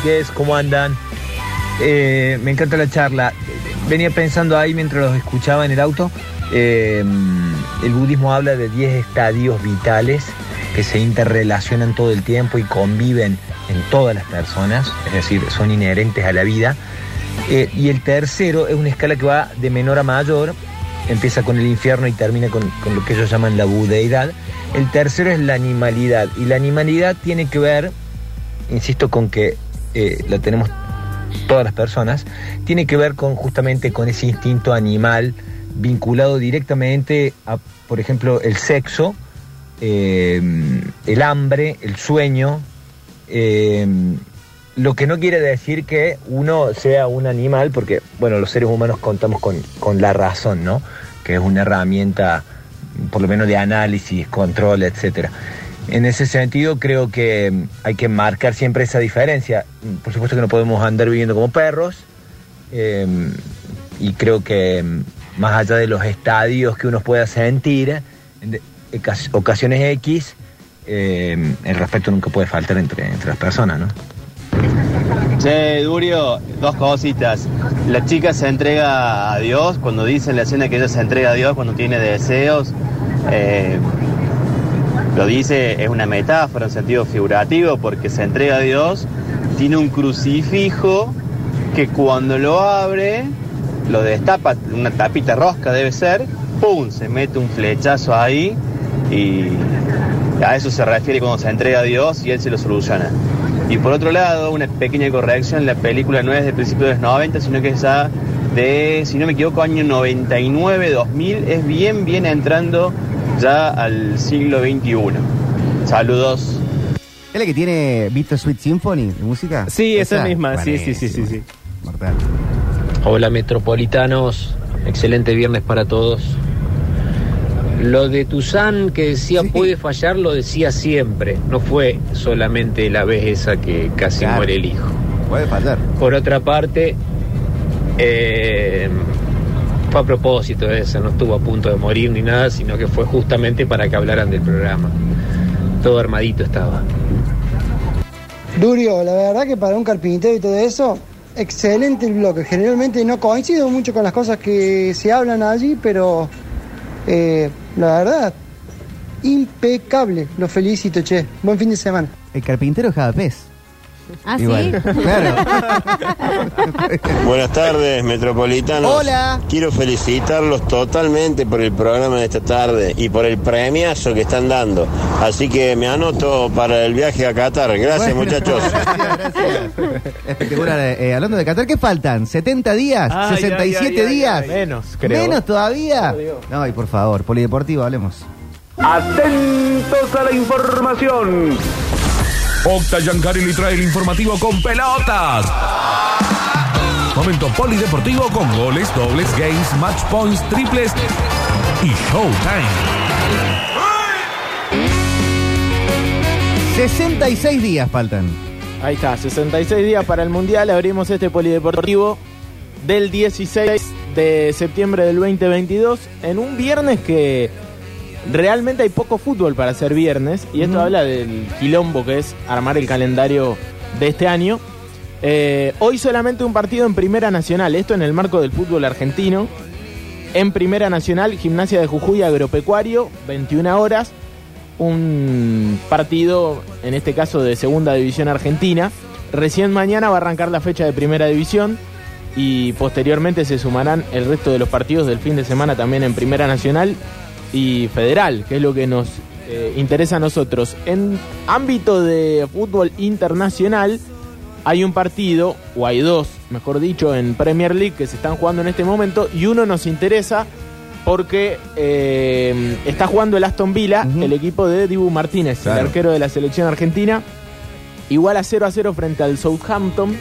chiques, ¿cómo andan? Eh, me encanta la charla. Venía pensando ahí mientras los escuchaba en el auto. eh, el budismo habla de 10 estadios vitales que se interrelacionan todo el tiempo y conviven en todas las personas, es decir, son inherentes a la vida. Eh, y el tercero es una escala que va de menor a mayor, empieza con el infierno y termina con, con lo que ellos llaman la budeidad. El tercero es la animalidad, y la animalidad tiene que ver, insisto, con que eh, la tenemos todas las personas, tiene que ver con justamente con ese instinto animal vinculado directamente a, por ejemplo, el sexo, eh, el hambre, el sueño, eh, lo que no quiere decir que uno sea un animal, porque, bueno, los seres humanos contamos con, con la razón, ¿no? Que es una herramienta, por lo menos de análisis, control, etcétera. En ese sentido, creo que mm, hay que marcar siempre esa diferencia. Mm, Por supuesto que no podemos andar viviendo como perros, eh, y creo que mm, más allá de los estadios que uno pueda sentir, en de- ocas- ocasiones X, eh, el respeto nunca puede faltar entre, entre las personas, ¿no? Che, Durio, dos cositas. La chica se entrega a Dios cuando dice en la escena que ella se entrega a Dios cuando tiene deseos. eh, lo dice, es una metáfora en sentido figurativo porque se entrega a Dios. Tiene un crucifijo que cuando lo abre, lo destapa, una tapita rosca debe ser. ¡Pum! Se mete un flechazo ahí y a eso se refiere cuando se entrega a Dios y él se lo soluciona. Y por otro lado, una pequeña corrección, la película no es de principios de los 90, sino que es ya de, si no me equivoco, año 99, 2000, es bien, bien entrando ya al siglo XXI. Saludos. Ah, ¿Es la que tiene Bitter Sweet Symphony de música? Sí, esa misma, sí, sí, sí, sí, Buenísima. sí. Mortal. Hola metropolitanos, excelente viernes para todos. Lo de Tuzán que decía Sí. puede fallar lo decía siempre, no fue solamente la vez esa que casi Claro. muere el hijo. Puede fallar. Por otra parte, eh, fue a propósito de eso, no estuvo a punto de morir ni nada, sino que fue justamente para que hablaran del programa. Todo armadito estaba. Durio, la verdad que para un carpintero y todo eso, excelente el bloque. Generalmente no coincido mucho con las cosas que se hablan allí, pero eh, la verdad, impecable. Lo felicito, che. Buen fin de semana. El carpintero es Javapés. ¿Ah, sí? Igual. Claro. Buenas tardes, Metropolitanos. Hola. Quiero felicitarlos totalmente por el programa de esta tarde y por el premiazo que están dando. Así que me anoto para el viaje a Qatar. Gracias, Bueno, muchachos. Gracias, gracias. Espectacular. Eh, hablando de Qatar, ¿qué faltan? ¿70 días? Ay, ¿67 ay, ay, ay, días? ay, menos, creo. ¿Menos todavía? No, y por favor, polideportivo, hablemos. Atentos a la información. Octa Yancari le trae el informativo con pelotas. Momento polideportivo con goles, dobles, games, match points, triples y showtime. 66 días faltan. Ahí está, 66 días para el Mundial. Abrimos este polideportivo del 16 de septiembre del 2022 en un viernes que realmente hay poco fútbol para ser viernes. Y esto habla del quilombo que es armar el calendario de este año. Eh, hoy solamente un partido en Primera Nacional, esto en el marco del fútbol argentino. En Primera Nacional, Gimnasia de Jujuy Agropecuario, 21 horas un partido, en este caso de Segunda División Argentina. Recién mañana va a arrancar la fecha de Primera División y posteriormente se sumarán el resto de los partidos del fin de semana también en Primera Nacional y Federal, que es lo que nos eh, interesa a nosotros. En ámbito de fútbol internacional hay un partido, o hay dos, mejor dicho, en Premier League que se están jugando en este momento y uno nos interesa porque eh, está jugando el Aston Villa, Ujú. el equipo de Dibu Martínez, el Claro. arquero de la selección argentina, igual a 0 a 0 frente al Southampton.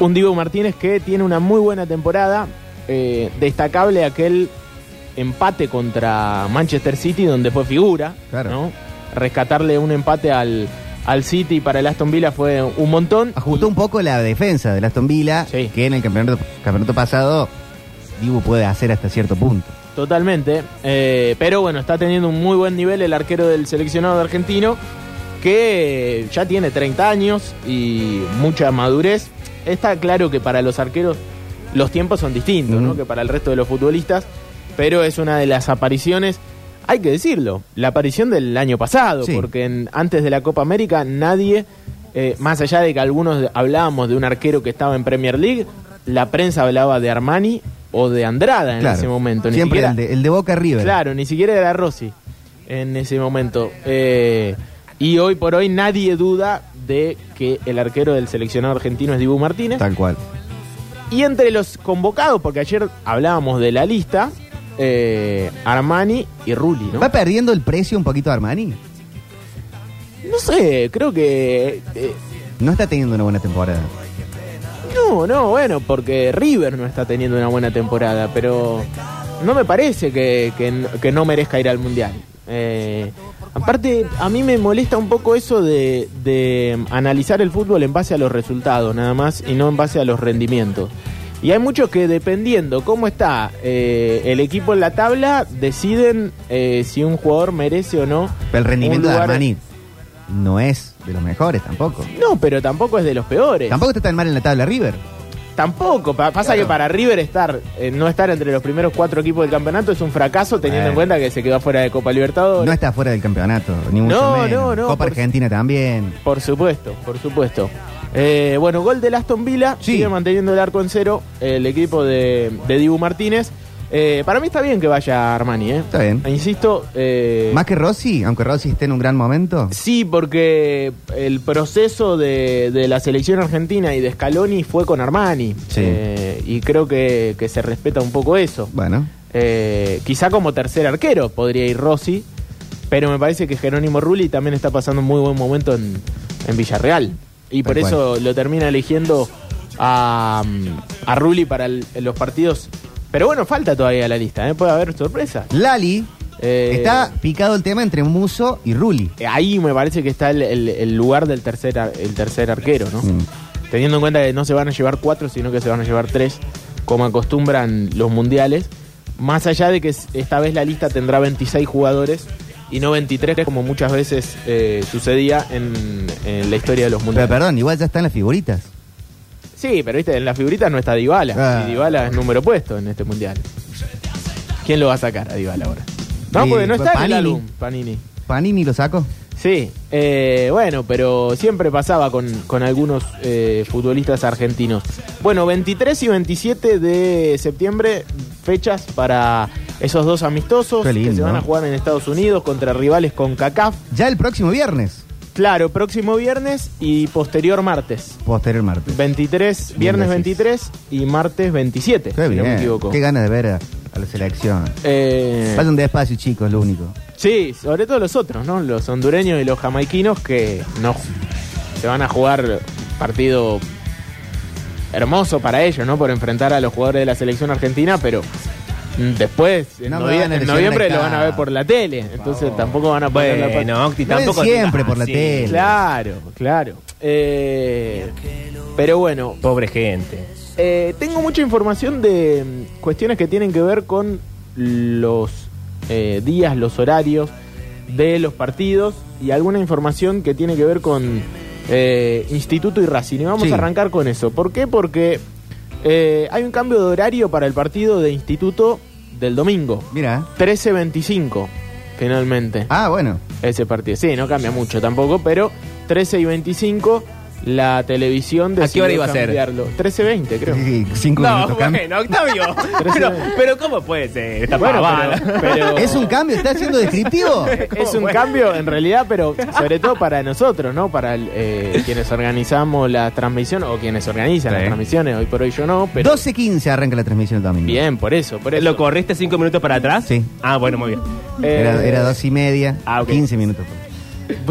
Un Dibu Martínez que tiene una muy buena temporada, eh, destacable aquel empate contra Manchester City donde fue figura, Claro. ¿no? Rescatarle un empate al, al City para el Aston Villa fue un montón. Ajustó un poco la defensa del Aston Villa, Sí. que en el campeonato, campeonato pasado Dibu puede hacer hasta cierto punto. Totalmente. eh, pero bueno, está teniendo un muy buen nivel el arquero del seleccionado argentino. que ya tiene 30 años y mucha madurez. Está claro que para los arqueros los tiempos son distintos, ¿no? Que para el resto de los futbolistas, pero es una de las apariciones, hay que decirlo, la aparición del año pasado, Sí. porque en- antes de la Copa América nadie, eh, más allá de que algunos hablábamos de un arquero que estaba en Premier League, la prensa hablaba de Armani o de Andrada en Claro. ese momento. Ni Siempre siquiera- el de, el de Boca River. Claro, ni siquiera era Rossi en ese momento. Eh, y hoy por hoy nadie duda de que el arquero del seleccionado argentino es Dibu Martínez. Tal cual. Y entre los convocados, porque ayer hablábamos de la lista, eh, Armani y Rulli, ¿no? ¿Va perdiendo el precio un poquito Armani? No sé, creo que... eh, No está teniendo una buena temporada. no, no, bueno, porque River no está teniendo una buena temporada, pero no me parece que, que n- que no merezca ir al Mundial. Eh, aparte, a mí me molesta un poco eso de, de analizar el fútbol en base a los resultados nada más y no en base a los rendimientos. Y hay muchos que dependiendo cómo está eh, el equipo en la tabla, deciden eh, si un jugador merece o no. Pero el rendimiento un lugar- de Armani no es de los mejores tampoco. No, pero tampoco es de los peores. Tampoco está tan mal en la tabla River. Tampoco, pa- pasa que para River estar, eh, no estar entre los primeros cuatro equipos del campeonato es un fracaso teniendo Bueno. en cuenta que se quedó fuera de Copa Libertadores. No está fuera del campeonato, ni mucho No, menos. no, no, Copa por- Argentina también. Por supuesto, por supuesto. Eh, bueno, gol del Aston Villa, Sí. sigue manteniendo el arco en cero el equipo de, de Dibu Martínez. Eh, para mí está bien que vaya Armani, ¿eh? Está bien. E Insisto, eh, Más que Rossi, aunque Rossi esté en un gran momento. sí, porque el proceso de, de la selección argentina y de Scaloni fue con Armani. Sí. Eh, y creo que, que se respeta un poco eso. Bueno, Eh, quizá como tercer arquero podría ir Rossi, pero me parece que Jerónimo Rulli también está pasando un muy buen momento en, en Villarreal. Y por Tal cual. eso lo termina eligiendo a, a Rulli para el- los partidos. Pero bueno, falta todavía la lista, ¿eh? puede haber sorpresa. Lali Eh, está picado el tema entre Muso y Ruli. Ahí me parece que está el, el- el lugar del tercer, ar- el tercer arquero, ¿no? Mm. Teniendo en cuenta que no se van a llevar cuatro, sino que se van a llevar tres, como acostumbran los mundiales. Más allá de que s- esta vez la lista tendrá 26 jugadores y no 23, como muchas veces eh, sucedía en, en la historia de los Pero mundiales. perdón, igual ya están las figuritas. Sí, pero viste, en la figurita no está Dybala. Ah. Y Dybala es número puesto en este mundial. ¿Quién lo va a sacar a Dybala ahora? No, Eh, porque no está en el Panini. álbum, Panini. Panini lo sacó. Sí, eh, bueno, pero siempre pasaba con, con algunos eh, futbolistas argentinos. Bueno, 23 y 27 de septiembre, fechas para esos dos amistosos Qué lindo. que se van a jugar en Estados Unidos contra rivales con CACAF. Ya el próximo viernes, Claro, próximo viernes y posterior martes. posterior martes. 23, Bien, viernes gracias. 23 y martes 27, Qué si bien. no me equivoco. Qué ganas de ver a, a la selección. Eh, Vayan despacio, chicos, lo único. Sí, sobre todo los otros, ¿no? Los hondureños y los jamaiquinos que no se van a jugar partido hermoso para ellos, ¿no? Por enfrentar a los jugadores de la selección argentina, pero mm, después, en, No me novie- van a en lesionar noviembre acá. lo van a ver por la tele, entonces tampoco van a poner la pa- Bueno, Octi, Lo ven tampoco. siempre Ah, por la sí. tele. Claro, claro. Eh, pero bueno, Pobre gente. eh, tengo mucha información de mm, cuestiones que tienen que ver con los eh, días, los horarios de los partidos y alguna información que tiene que ver con eh, Instituto y Racing. Y vamos Sí. a arrancar con eso. ¿Por qué? Porque eh, hay un cambio de horario para el partido de Instituto del domingo. Mira. ¿eh? 13.25, finalmente Ah, bueno. ese partido. Sí, no cambia mucho tampoco, pero 13 y 25 la televisión de ¿A qué hora iba a ser? 13.20 creo. Sí, Cinco No, minutos cambio. bueno, Octavio. pero, pero ¿cómo puede ser? Está Bueno, pavada. pero- pero- Es un cambio, está siendo descriptivo. es un bueno. cambio en realidad, pero sobre todo para nosotros, ¿no? Para el, eh, quienes organizamos la transmisión o quienes organizan Sí. las transmisiones. Hoy por hoy yo no, pero 12.15 arranca la transmisión el domingo. bien, por eso, por eso. ¿Lo corriste cinco minutos para atrás? Sí. Ah, bueno, muy bien. Eh, Era, era dos y media, Ah, ok. 15 minutos.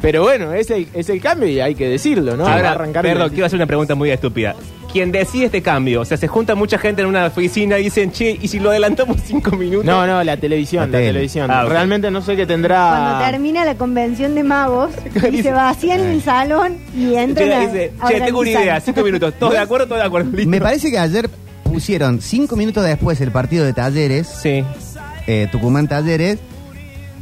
Pero bueno, es el, es el cambio y hay que decirlo, ¿no? Va Ahora, a arrancar perdón, el- quiero hacer una pregunta muy estúpida. ¿Quién decide este cambio? O sea, se junta mucha gente en una oficina y dicen, che, ¿y si lo adelantamos cinco minutos? No, no, la televisión, La la, tele. televisión. Ah, ok. Realmente no sé qué tendrá... Cuando Ah. termina la convención de magos, y se vacían el salón y Che, entran a, dice, a che, tengo una organizar. idea, cinco minutos. ¿Todos de acuerdo? ¿Todos de acuerdo? Listo. Me parece que ayer pusieron cinco minutos después el partido de Talleres, Sí. eh, Tucumán Talleres,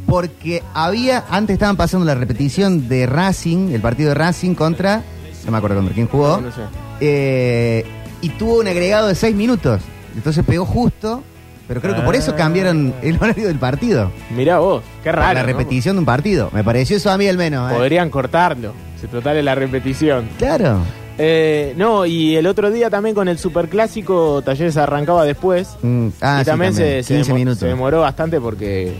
Porque había, antes estaban pasando la repetición de Racing, el partido de Racing contra, no me acuerdo contra quién jugó, No, no sé. eh, y tuvo un agregado de 6 minutos. Entonces pegó justo, pero creo que por eso Ah. cambiaron el horario del partido. Mirá vos, qué Por raro. La ¿no? repetición de un partido. Me pareció eso a mí al menos. ¿eh? Podrían cortarlo. Se total es la repetición. Claro. Eh, no, y el otro día también con el superclásico, Talleres arrancaba después. Mm, ah, y sí, también, se, se 15 demo- minutos. se demoró bastante porque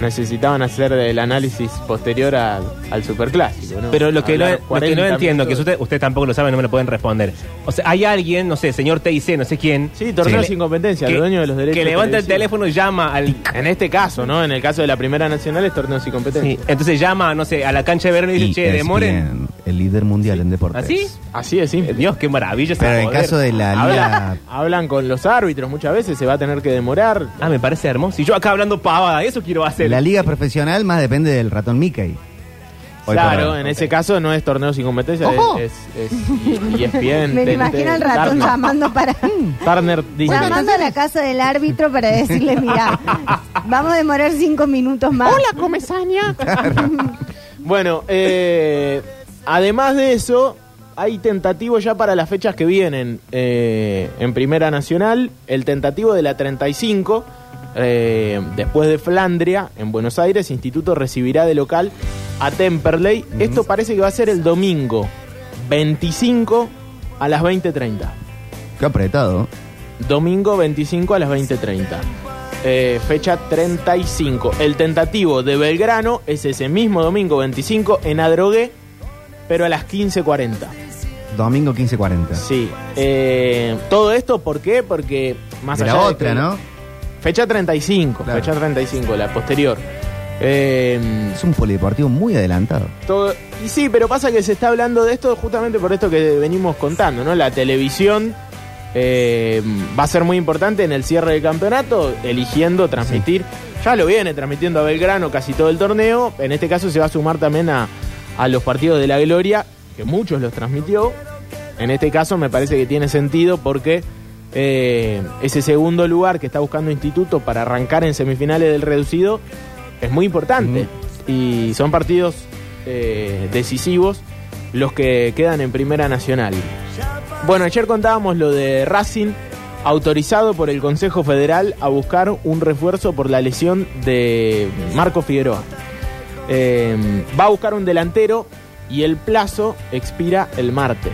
necesitaban hacer el análisis posterior al- al superclásico. ¿no? Pero lo que, no, lo que Hablar no 40 entiendo, que minutos. usted, usted tampoco lo sabe, no me lo pueden responder. O sea, hay alguien, no sé, señor TIC, no sé quién. Sí, torneo que- sin competencia, que- el dueño de los derechos. Que levanta el televisivos. teléfono y llama al. En este caso, ¿no? En el caso de la Primera Nacional es torneo sin competencia. Sí, entonces llama, no sé, a la cancha de ¿Ah, verano y dice, che, ESPN, demoren. El líder mundial en deportes. ¿Así? Así es, ¿Ah, sí. Ah, Eh, Dios, qué maravilla. ese Pero en poder. caso de la liga. Hablan, hablan con los árbitros muchas veces, se va a tener que demorar. Ah, me parece hermoso. Y yo acá hablando pavada, eso quiero hacer. La liga profesional más depende del ratón Mickey. Hoy por claro, hoy. en ese caso no es torneo sin competencia, Ojo. es, es, es- y, y es bien. Me lo TNT, imagino al ratón Turner. llamando para. Turner dice, Llamando a la casa del árbitro para decirle, mira, vamos a demorar cinco minutos más. Hola, comesaña. Bueno, eh, además de eso, hay tentativo ya para las fechas que vienen eh, en Primera Nacional. El tentativo de la 35, eh, después de Flandria, en Buenos Aires, Instituto recibirá de local a Temperley. Esto parece que va a ser el domingo 25 a las 20.30. Qué apretado. Domingo 25 a las 20.30. Eh, fecha 35. El tentativo de Belgrano es ese mismo domingo 25 en Adrogué, pero a las 15.40. Domingo 15.40. Sí. Eh, Todo esto, ¿por qué? Porque más De allá la de otra, que- ¿no? Fecha 35, Claro. fecha 35, la posterior. Eh, Es un polideportivo muy adelantado. todo- y sí, pero pasa que se está hablando de esto justamente por esto que venimos contando, ¿no? La televisión eh, va a ser muy importante en el cierre del campeonato, eligiendo transmitir. Ya lo viene transmitiendo a Belgrano casi todo el torneo. En este caso se va a sumar también a, a los partidos de la Gloria, que muchos los transmitió. En este caso me parece que tiene sentido porque eh, ese segundo lugar que está buscando Instituto para arrancar en semifinales del reducido es muy importante. Y son partidos eh, decisivos los que quedan en Primera Nacional. Bueno, ayer contábamos lo de Racing, autorizado por el Consejo Federal a buscar un refuerzo por la lesión de Marco Figueroa. Eh, va a buscar un delantero y el plazo expira el martes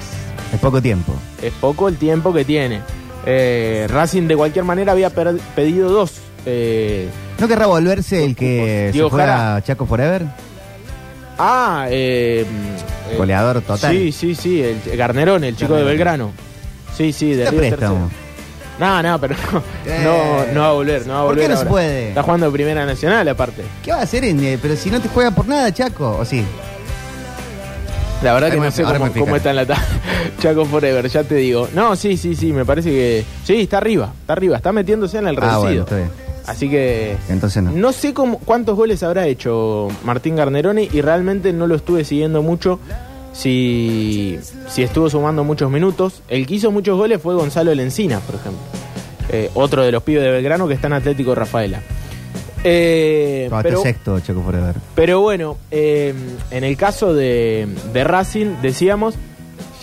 Es poco tiempo. es poco el tiempo que tiene. Eh, Racing de cualquier manera había per- pedido dos. Eh, ¿No querrá volverse el que se Diego fue Jara. a Chaco Forever? ah, eh, eh, Goleador total. Sí, sí, sí, el el Garnerón, el chico de Belgrano. Sí, sí, de Está Río préstamo. Tercero. No, no, pero no, Eh. no, no va a volver, no va a ¿Por volver. qué no se ahora. puede? Está jugando Primera Nacional aparte. ¿Qué va a hacer? en, eh, pero si no te juega por nada, Chaco, ¿o sí? La verdad que Ahora no me- sé ahora cómo, me explican. cómo está en la tabla. Chaco Forever, ya te digo. No, sí, sí, sí, me parece que. Sí, está arriba, está arriba, está metiéndose en el reducido. Ah, bueno, está bien. Así que Entonces no. No sé cómo, cuántos goles habrá hecho Martín Garneroni y realmente no lo estuve siguiendo mucho. Si, si estuvo sumando muchos minutos. El que hizo muchos goles fue Gonzalo Lencina, por ejemplo. Eh, otro de los pibes de Belgrano que está en Atlético Rafaela. Eh, Estaba pero, sexto, Chaco Forever. pero bueno, eh, en el caso de, de Racing, decíamos,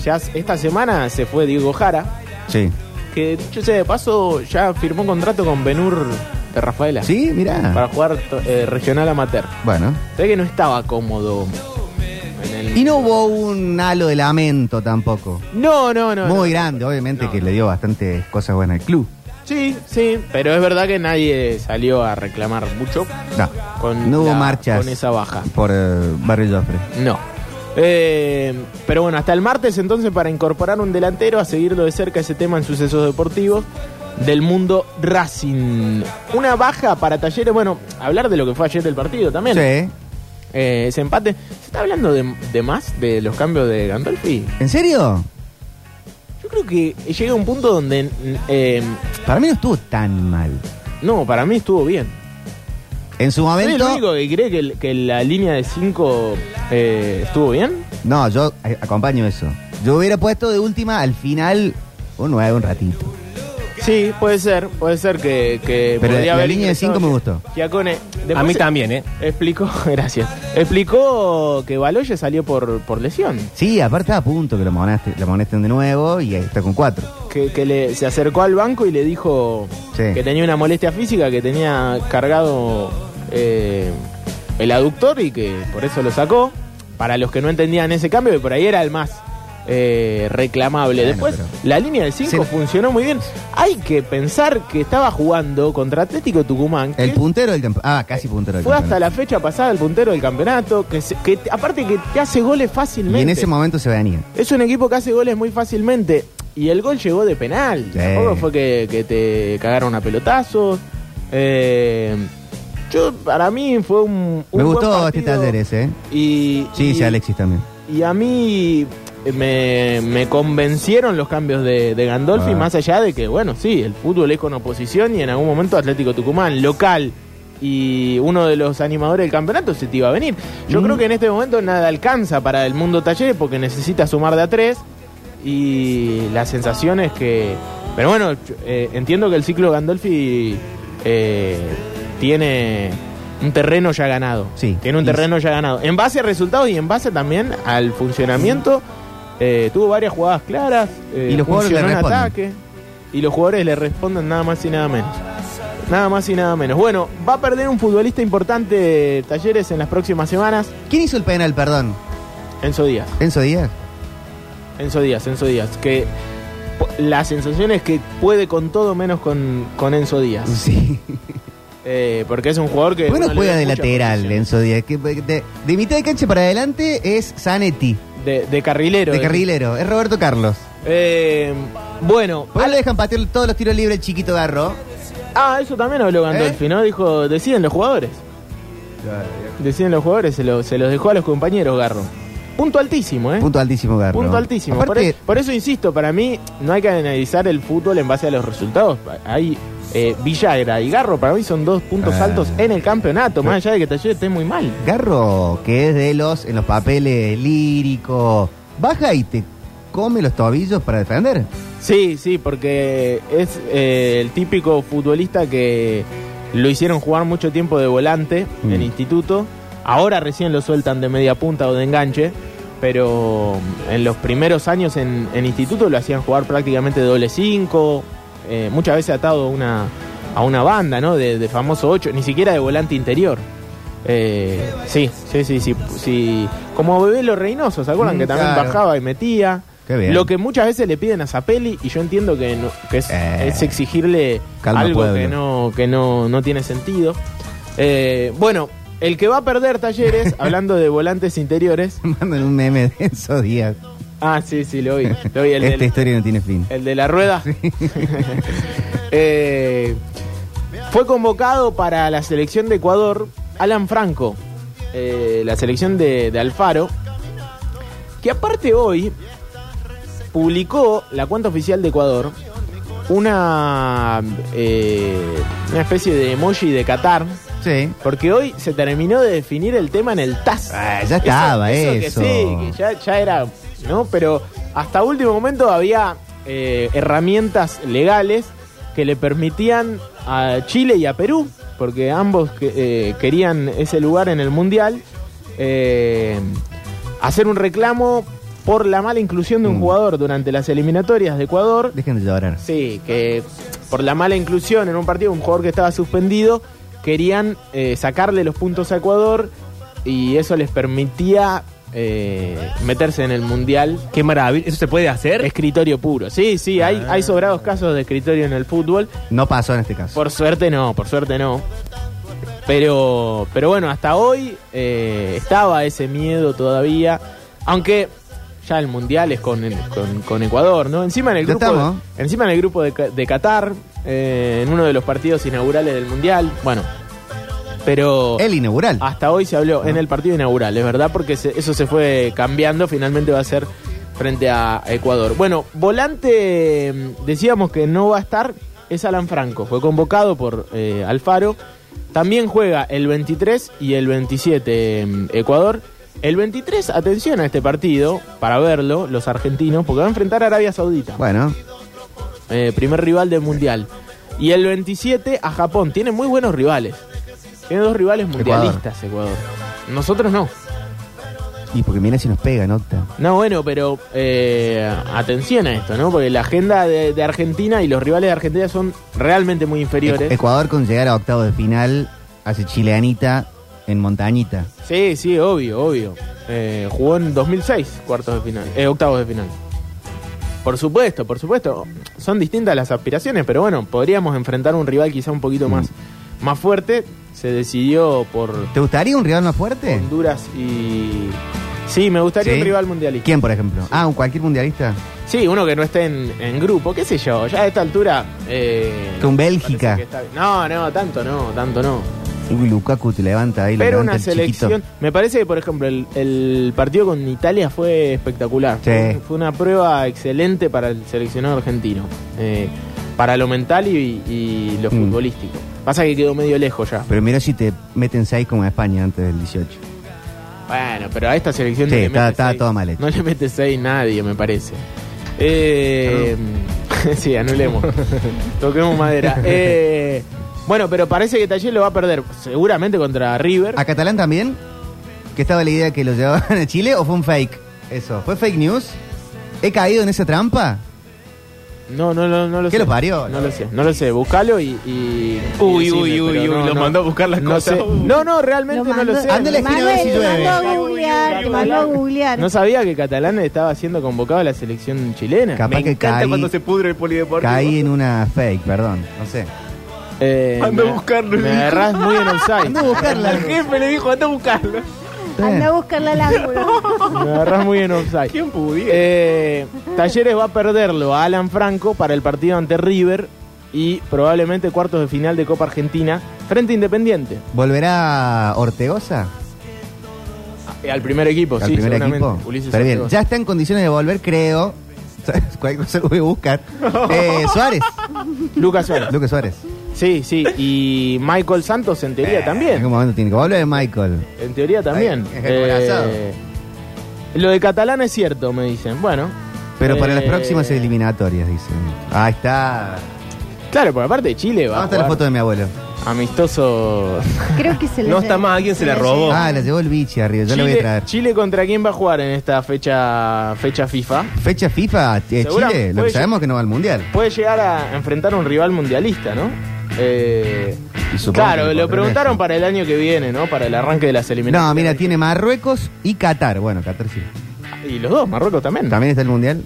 ya s- esta semana se fue Diego Jara, Sí. que dicho sea de paso, ya firmó un contrato con Benur de Rafaela Sí, para mirá. jugar to- eh, regional amateur. Bueno. Sé que no estaba cómodo. en el- Y no hubo un halo de lamento tampoco. No, no, no. Muy no. grande, obviamente, No, que no. le dio bastantes cosas buenas al club. Sí, sí, pero es verdad que nadie salió a reclamar mucho No. con, no hubo la- marchas. con esa baja. Por eh, Barrio Joffre. No. Eh, pero bueno, hasta el martes entonces para incorporar un delantero a seguirlo de cerca ese tema en sucesos deportivos del mundo Racing. Una baja para Talleres, bueno, hablar de lo que fue ayer el partido también. Sí. Eh, ese empate. ¿Se está hablando de, de más de los cambios de Gandolfi? ¿En serio? Yo creo que llega un punto donde. mm, eh, Para mí no estuvo tan mal. no, para mí estuvo bien. En su ¿Es el momento. único que cree que, el- que la línea de 5 estuvo bien? No, yo eh, acompaño eso. Yo hubiera puesto de última al final un nueve, un ratito. Sí, puede ser, puede ser que, que Pero podría la haber línea de ingresado cinco me gustó. Giacone. A mí se- también, ¿eh? Explicó, gracias. Explicó que Baloye salió por, por lesión. Sí, aparte está a punto que lo amonaste- lo amonesten de nuevo y ahí está con cuatro. Que, que le, se acercó al banco y le dijo Sí. que tenía una molestia física, que tenía cargado eh, el aductor y que por eso lo sacó. Para los que no entendían ese cambio, que por ahí era el más eh, reclamable. Bueno, Después, pero- la línea del 5 Sí. funcionó muy bien. Hay que pensar que estaba jugando contra Atlético Tucumán. que El puntero del campeonato. Ah, casi puntero del Fue hasta campeonato. la fecha pasada el puntero del campeonato, que, se- que te- aparte que te hace goles fácilmente. Y en ese momento se venía. Es un equipo que hace goles muy fácilmente. Y el gol llegó de penal. Sí. Tampoco fue que, que te cagaron a pelotazos. Eh, yo, para mí fue un. un Me buen gustó este partido. taller ese, ¿eh? Y, Sí, y- sí, Alexis también. y a mí eh, me, me convencieron los cambios de, de Gandolfi, Ah. más allá de que, bueno, sí, el fútbol es con oposición y en algún momento Atlético Tucumán, local, y uno de los animadores del campeonato se te iba a venir. Yo creo que en este momento nada alcanza para el mundo talleres porque necesita sumar de a tres y la sensación es que... Pero bueno, yo, eh, entiendo que el ciclo Gandolfi eh, tiene un terreno ya ganado. Sí. Tiene un Y- terreno ya ganado. En base a resultados y en base también al funcionamiento. eh, tuvo varias jugadas claras. eh, Y los jugadores le funcionó en responden. ataque. Y los jugadores le responden nada más y nada menos. Nada más y nada menos. Bueno, va a perder un futbolista importante Talleres en las próximas semanas. ¿Quién hizo el penal, perdón? Enzo Díaz. ¿Enzo Díaz? Enzo Díaz, Enzo Díaz. Que po- la sensación es que puede con todo menos con, con Enzo Díaz. Sí. Eh, porque es un jugador que. Bueno, uno le juega ve de mucha lateral, posición. Enzo Díaz. que- De, de mitad de cancha para adelante es Zanetti, De, de carrilero. de eh. carrilero. Es Roberto Carlos. Eh, bueno, ¿Por qué le dejan patear todos los tiros libres el chiquito Garro? ah, eso también habló ¿Eh? Gandolfi, ¿no? Dijo, deciden los jugadores. Deciden los jugadores, se, lo- se los dejó a los compañeros Garro. Punto altísimo, ¿eh? Punto altísimo, Garro. Punto altísimo. Por, Aparte, e- por eso insisto, para mí no hay que analizar el fútbol en base a los resultados. Hay eh, Villagra y Garro, para mí son dos puntos Ah. altos en el campeonato, más allá de que Talleres esté muy mal. Garro, que es de los en los papeles lírico, baja y te come los tobillos para defender. Sí, sí, porque es eh, el típico futbolista que lo hicieron jugar mucho tiempo de volante Mm. en instituto. Ahora recién lo sueltan de media punta o de enganche, pero en los primeros años en, en instituto lo hacían jugar prácticamente de doble cinco, eh, muchas veces atado a una, a una banda, ¿no? De, de famoso ocho, ni siquiera de volante interior. Eh, sí, sí, sí, sí, sí. Como bebé los reinosos, ¿se acuerdan Mm, que también claro. bajaba y metía? Qué bien. Lo que muchas veces le piden a Zapelli, y yo entiendo que, no- que es, Eh, es exigirle calma, algo pueblo. que no, que no, no tiene sentido. Eh, bueno, el que va a perder talleres, hablando de volantes interiores. Mandan un meme de Enzo Díaz. Ah, sí, sí, lo vi. Lo vi Esta el, del- Este historia no tiene fin. el de la rueda. Eh, fue convocado para la selección de Ecuador Alan Franco, eh, la selección de, de Alfaro, que aparte hoy publicó la cuenta oficial de Ecuador una, eh, una especie de emoji de Qatar. Sí. Porque hoy se terminó de definir el tema en el TAS. Ah, ya estaba eso. Que sí, que ya, ya era, ¿no? Pero hasta último momento había eh, herramientas legales que le permitían a Chile y a Perú, porque ambos que- eh, querían ese lugar en el Mundial, eh, hacer un reclamo por la mala inclusión de un Mm. jugador durante las eliminatorias de Ecuador Dejen de llorar. Sí, que por la mala inclusión en un partido, un jugador que estaba suspendido, querían eh, sacarle los puntos a Ecuador y eso les permitía eh, meterse en el Mundial. Qué maravilla. ¿Eso se puede hacer? Ah. Escritorio puro. Sí, sí, hay, hay sobrados casos de escritorio en el fútbol. No pasó en este caso. Por suerte no, por suerte no. Pero, pero bueno, hasta hoy eh, estaba ese miedo todavía. Aunque ya el mundial es con, el- con, con Ecuador, ¿no? Encima en el Ya grupo, estamos. de, encima en el grupo de, Ca- de Qatar, eh, en uno de los partidos inaugurales del mundial. Bueno, pero El inaugural. hasta hoy se habló en el partido inaugural, es verdad, porque se- eso se fue cambiando. Finalmente va a ser frente a Ecuador. Bueno, volante mm, decíamos que no va a estar, es Alan Franco. Fue convocado por eh, Alfaro. También juega el 23 y el 27 mm, Ecuador. El 23, atención a este partido, para verlo, los argentinos, porque va a enfrentar a Arabia Saudita. Bueno, eh, primer rival del mundial. Y el 27 a Japón. Tiene muy buenos rivales. Tiene dos rivales mundialistas, Ecuador. Nosotros no. Y porque mira si nos pega, Nocta. No, bueno, pero eh, atención a esto, ¿no? Porque la agenda de, de Argentina y los rivales de Argentina son realmente muy inferiores. Ecu- E- Ecuador con llegar a octavos de final hace chileanita en montañita. Sí, sí, obvio, obvio. Eh, jugó en 2006, cuartos de final, eh, octavos de final. Por supuesto, por supuesto. Son distintas las aspiraciones, pero bueno, podríamos enfrentar un rival quizá un poquito más, más fuerte. Se decidió por ¿Te gustaría un rival más fuerte? Honduras y... Sí, me gustaría ¿Sí? un rival mundialista. ¿Quién, por ejemplo? Ah, un cualquier mundialista. Sí, uno que no esté en, en grupo, qué sé yo. Ya a esta altura... eh, Con parece Bélgica. que está bien. No, no, tanto no, tanto no. Uy, Lukaku te levanta ahí. lo Pero levanta una el chiquito. selección. Me parece que, por ejemplo, el, el partido con Italia fue espectacular. Sí. Fue, fue una prueba excelente para el seleccionado argentino. eh, para lo mental y, y lo Mm. futbolístico. Pasa que quedó medio lejos ya. Pero mira si te meten 6 como a España antes del 18. Bueno, pero a esta selección Sí, no, le está- mete está seis- todo mal hecho. no le mete seis nadie, me parece. Eh, sí, anulemos. Toquemos madera. Eh, bueno, pero parece que Taller lo va a perder seguramente contra River. ¿A Catalán también? ¿Que estaba la idea que lo llevaban a Chile o fue un fake? Eso, ¿fue fake news? ¿He caído en esa trampa? No, no, no, no lo ¿Qué sé. lo parió? No lo sé, no lo sé. Buscalo y. y- Uy, y uy, uy, pero uy, lo mandó a buscar las no cosas. sé. No, no, realmente no lo sé. Anda a la esquina a ver si Manuel, llueve. te mandó a googlear, te mandó a googlear. No sabía que Catalán estaba siendo convocado a la selección chilena. Capaz Me que encanta caí, cuando se pudre el polideportivo. caí en una fake, perdón. No sé. Eh, Anda a me- buscarlo. Me agarrás muy en offside. Anda a buscarla. El jefe le dijo, anda a buscarlo. Anda a buscarla al ángulo. Me agarrás muy en offside. ¿Quién pudiera? Eh, Talleres va a perderlo a Alan Franco para el partido ante River y probablemente cuartos de final de Copa Argentina frente a Independiente. ¿Volverá Ortegoza Eh, Al primer equipo, al sí, primer seguramente. equipo? Ulises Pero bien, Ortega. ya está en condiciones de volver, creo. Cualquier cosa lo voy a buscar. Eh, Suárez. Lucas Suárez. Lucas Suárez. Sí, sí, y Michael Santos en teoría En algún también. momento tiene que volver Michael. En teoría también. Eh, Eh, Ay, es el corazón. lo de catalán es cierto, me dicen. Bueno. Pero para las eh, próximas eliminatorias, dicen. Ahí está. Claro, por aparte de Chile va. Vamos a a la jugar foto de mi abuelo. Amistoso. Creo que se le No está más, alguien se la robó. Ah, la llevó el bichi arriba, yo la voy a Oh. Chile, traer. Chile contra quién va a jugar en esta fecha fecha FIFA. Fecha FIFA, eh, Segura- Chile, lo puede que sabemos es que no va al mundial. Puede llegar a enfrentar a un rival mundialista, ¿no? Eh, Y supongo que claro, lo encontrarán preguntaron eso. para el año que viene, ¿no? Para el arranque de las eliminatorias. No, mira, tiene Marruecos y Qatar. Bueno, Qatar sí. Y los dos, Marruecos también. También está el mundial.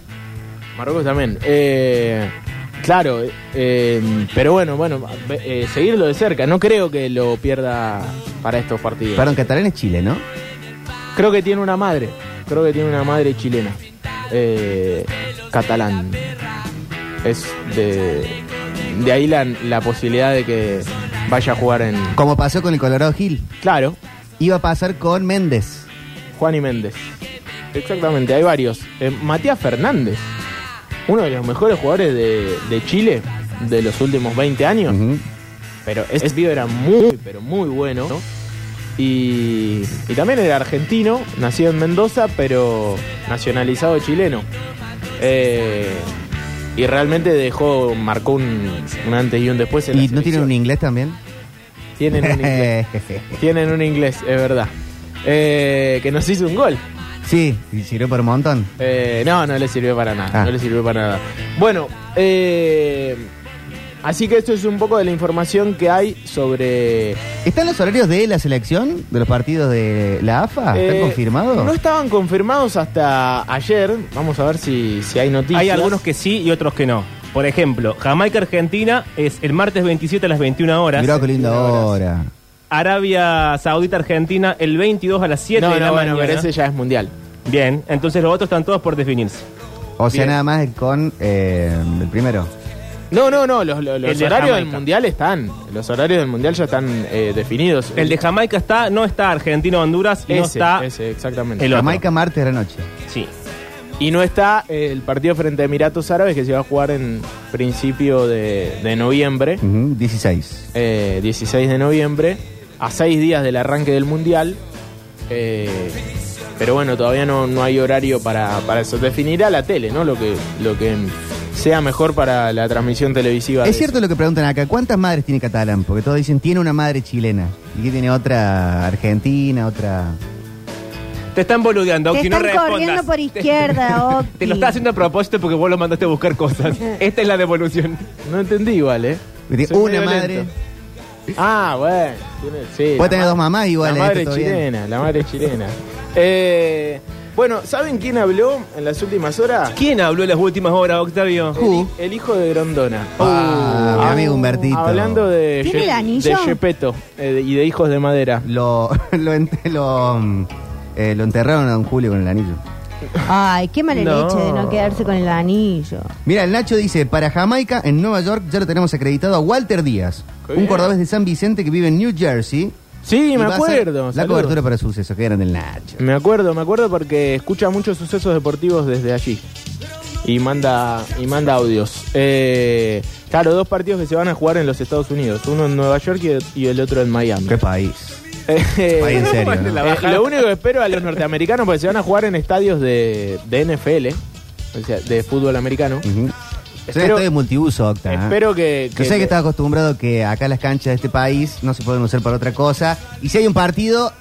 Marruecos también. Eh, claro, eh, pero bueno, bueno, ve- eh, seguirlo de cerca. No creo que lo pierda para estos partidos. Perdón, Catalán es Chile, ¿no? Creo que tiene una madre. Creo que tiene una madre chilena. Eh, catalán. Es de, de ahí la, la posibilidad de que vaya a jugar en... Como pasó con el Colorado Gil. Claro, Iba a pasar con Méndez. Juan y Méndez. Exactamente, hay varios. Eh, Matías Fernández, uno de los mejores jugadores de, de Chile de los últimos 20 años. Ujú. Pero ese pibe era muy, pero muy bueno. Y, y también era argentino, nacido en Mendoza, pero nacionalizado chileno. Eh, y realmente dejó, marcó un, un antes y un después en la ¿Y no tienen selección. un inglés también? Tienen un inglés. Tienen un inglés, es verdad. Eh, que nos hizo un gol. sí, y sirvió por un montón. Eh, no, no le sirvió para nada. Ah. No le sirvió para nada. Bueno, eh, así que esto es un poco de la información que hay sobre ¿Están los horarios de la selección? ¿De los partidos de la AFA? Ah, ¿Están Eh, confirmados? No estaban confirmados hasta ayer. Vamos a ver si, si hay noticias. Hay algunos que sí y otros que no. Por ejemplo, Jamaica-Argentina es el martes 27 a las 21 horas. Mirá qué linda hora. Arabia Saudita-Argentina el 22 a las 7 No, de la no, bueno, mañana. pero ese ya es mundial. Bien, entonces los otros están todos por definirse. O sea, Bien. nada más con eh, el primero. No, no, no, los, los- los El de horarios del Jamaica. mundial están. Los horarios del mundial ya están eh, definidos. El de Jamaica está, no está Argentina-Honduras y ese, no está... ese, exactamente. el otro. Jamaica martes de la noche. Sí. Y no está eh, el partido frente a Emiratos Árabes que se va a jugar en principio de, de noviembre. Ujú, 16. eh, 16 de noviembre, a 6 días del arranque del Mundial. Eh, pero bueno, todavía no, no hay horario para, para eso. Definirá la tele, ¿no? Lo que, lo que sea mejor para la transmisión televisiva. de Es cierto lo que preguntan acá, ¿cuántas madres tiene Catalán? Porque todos dicen, tiene una madre chilena. ¿Y que tiene otra argentina, otra... Te están boludeando, Te Octi, no están corriendo respondas. por izquierda, Octi. Te lo está haciendo a propósito porque vos lo mandaste a buscar cosas. Esta es la devolución. No entendí igual, ¿eh? Tiene Soy una medio madre. lento. Ah, bueno. tiene- Puede sí, la tener ma- dos mamás igual, La eh, madre está todo bien. chilena, la madre chilena. Eh, bueno, ¿saben quién habló en las últimas horas? ¿Quién habló en las últimas horas, Octavio? Ju. El hijo de Grondona. Uh, Ah, mi amigo Humbertito. Hablando de, ¿Tiene el anillo? de Gepetto, eh, de- y de hijos de madera. Lo, lo, ent- lo, mm, eh, lo enterraron a don Julio con el anillo. Ay, qué mala No. leche de no quedarse con el anillo. Mira, el Nacho dice, para Jamaica, en Nueva York, ya lo tenemos acreditado a Walter Díaz, Qué un bien. cordobés de San Vicente que vive en New Jersey. Sí, Y me va a ser acuerdo. La saludos. cobertura para sucesos, que eran del Nacho. Me acuerdo, me acuerdo porque escucha muchos sucesos deportivos desde allí. Y manda, y manda audios. Eh, claro, dos partidos que se van a jugar en los Estados Unidos. Uno en Nueva York y el- y el otro en Miami. Qué país. Eh, País en serio, ¿no? La baja. Eh, lo único que espero a los norteamericanos, porque se van a jugar en estadios de, de NFL, o sea, de fútbol americano. Ujú. Yo Espero- estoy de multiuso, Octa. ¿eh? Espero que... Yo sé que estás acostumbrado que acá las canchas de este país no se pueden usar para otra cosa. Y si hay un partido,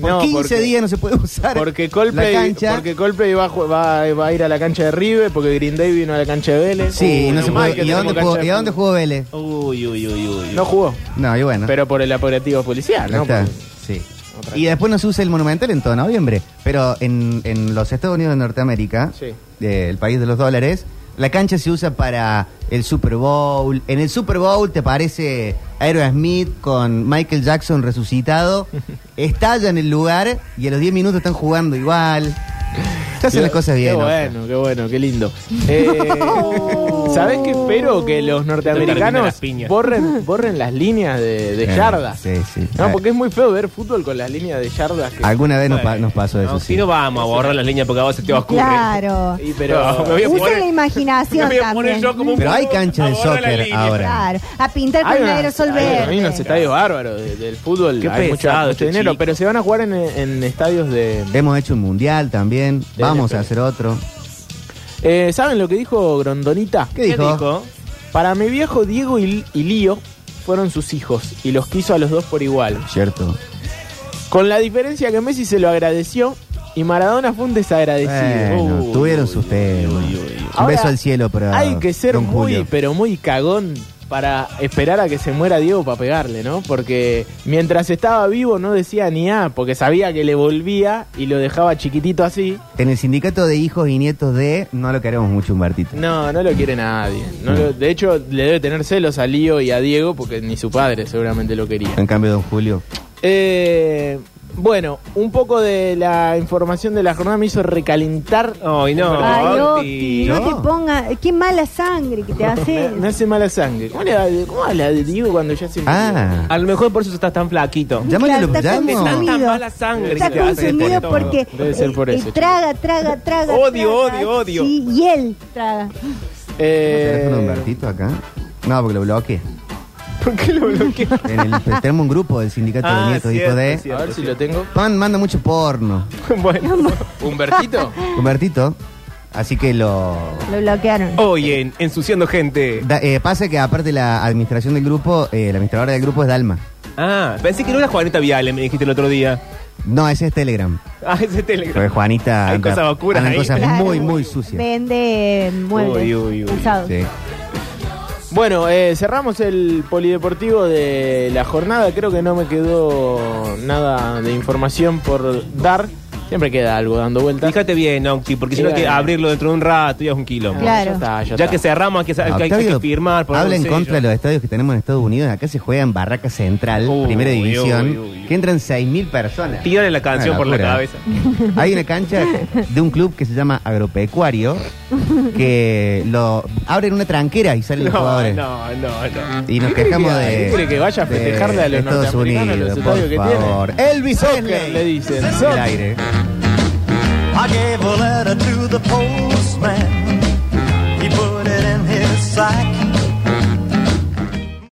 por No, 15 porque- días no se puede usar Porque Coldplay, la cancha. porque Coldplay va, a ju- va- va a ir a la cancha de River, porque Green Day vino a la cancha de Vélez. Sí, no Uh, se menos mal puede. que ¿Y a tenemos dónde cancha jugó, de ¿y a dónde fútbol. jugó Vélez? Uy, uy, uy, uy. No jugó, No, y bueno. pero por el operativo policial, ahí ¿no? está. Por- Sí. Y después no se usa el Monumental en todo noviembre. Pero en, en los Estados Unidos de Norteamérica, Sí. eh, el país de los dólares, la cancha se usa para el Super Bowl. En el Super Bowl te parece Aerosmith con Michael Jackson resucitado. Estalla en el lugar y a los 10 minutos están jugando igual. Se hacen las cosas bien. Qué ¿no? bueno, qué bueno, qué lindo. ¿Sabes qué espero? Que los terminan norteamericanos las piñas. borren, borren las líneas de, de Eh, yardas. sí, sí. No, porque es muy feo ver fútbol con las líneas de yardas. que- Alguna vez nos, pa- nos pasó eso. No, sí. si no vamos a borrar las líneas porque a vos se te va a ocurrir. Claro. Y pero No, me voy a Usa poner- la me imaginación voy a poner también. yo como un Pero hay boludo canchas de a borrar las soccer líneas. ahora. Claro. A pintar con hay un unas- aerosol hay- hay unos verde. estadios bárbaros de- del fútbol. Qué hay mucho- pesado mucho este dinero, chico. pero se van a jugar en, en estadios de... Hemos hecho un mundial también. De Vamos NFL. a hacer otro. Eh, ¿Saben lo que dijo Grondonita? ¿Qué dijo? Para mi viejo Diego y, y Lío fueron sus hijos y los quiso a los dos por igual. Cierto. Con la diferencia que Messi se lo agradeció y Maradona fue un desagradecido. Bueno, Uy, tuvieron uy, sus uy, temas. uy, uy, uy. Un Ahora, beso al cielo para Hay que ser don muy, Julio. pero muy cagón para esperar a que se muera Diego para pegarle, ¿no? Porque mientras estaba vivo no decía ni A, porque sabía que le volvía y lo dejaba chiquitito así. En el sindicato de hijos y nietos de no lo queremos mucho Humbertito. No, no lo quiere nadie. No lo- de hecho, le debe tener celos a Lío y a Diego porque ni su padre seguramente lo quería. En cambio don Julio. Eh, bueno, un poco de la información de la jornada me hizo recalentar. Ay, no. Ay, Octi. Octi, no te ponga. Qué mala sangre que te hace. Me, me hace mala sangre. ¿Cómo, le, va- cómo habla de Diego cuando ya se murió? Ah, A lo mejor por eso estás tan flaquito. llámale lo Está llamo. consumido. Tanta mala sangre Está que te hace por consumido todo. porque eh, Debe ser por eso, traga, traga, traga. Odio, traga. odio, odio. Sí, y él traga. Eh, ¿Teléfono de Humbertito acá? No, porque lo bloqueé. ¿Por qué lo bloqueé? En el- tenemos un grupo del sindicato Ah, de nietos y hijos cierto, de. a ver si lo tengo. Pan manda mucho porno. bueno. ¿Humbertito? Humbertito. Así que lo. Lo bloquearon. Oye, en- ensuciando gente. da- eh, pasa que aparte la administración del grupo, eh, la administradora del grupo es Dalma. Ah, pensé que no era Juanita Viale, me dijiste el otro día. No, ese es Telegram. Ah, ese Porque Telegram. Juanita. Hay cosas oscuras andan ahí. cosas Claro. muy, muy sucias. Vende eh, muebles. Uy, uy, uy. usados. Sí. Bueno, eh, cerramos el polideportivo de la jornada. Creo que no me quedó nada de información por dar. Siempre queda algo dando vueltas. Fíjate bien, Octi, porque si no hay que Claro. abrirlo dentro de un rato ya es un kilo. No, Claro. Ya, está, ya, Ya está. que cerramos, hay que, hay que- hay que Octavio, firmar. poner Ah, Habla un en sello. contra de los estadios que tenemos en Estados Unidos. Acá se juega en Barraca Central, Uy, primera división, uy, uy. que entran 6.000 personas. Tírale la canción Una por la locura. cabeza. Hay una cancha de un club que se llama Agropecuario, que lo abren una tranquera y salen los No, jugadores. no, no, no. Y nos quejamos ¿Qué de. quiere que vaya a de festejarle a los Estados norteamericanos Unidos, por los estadios que tienen? favor. Elvis Soccer, Presley. le dicen. En el Soccer. aire. I gave a letter to the postman. He put it in his sack.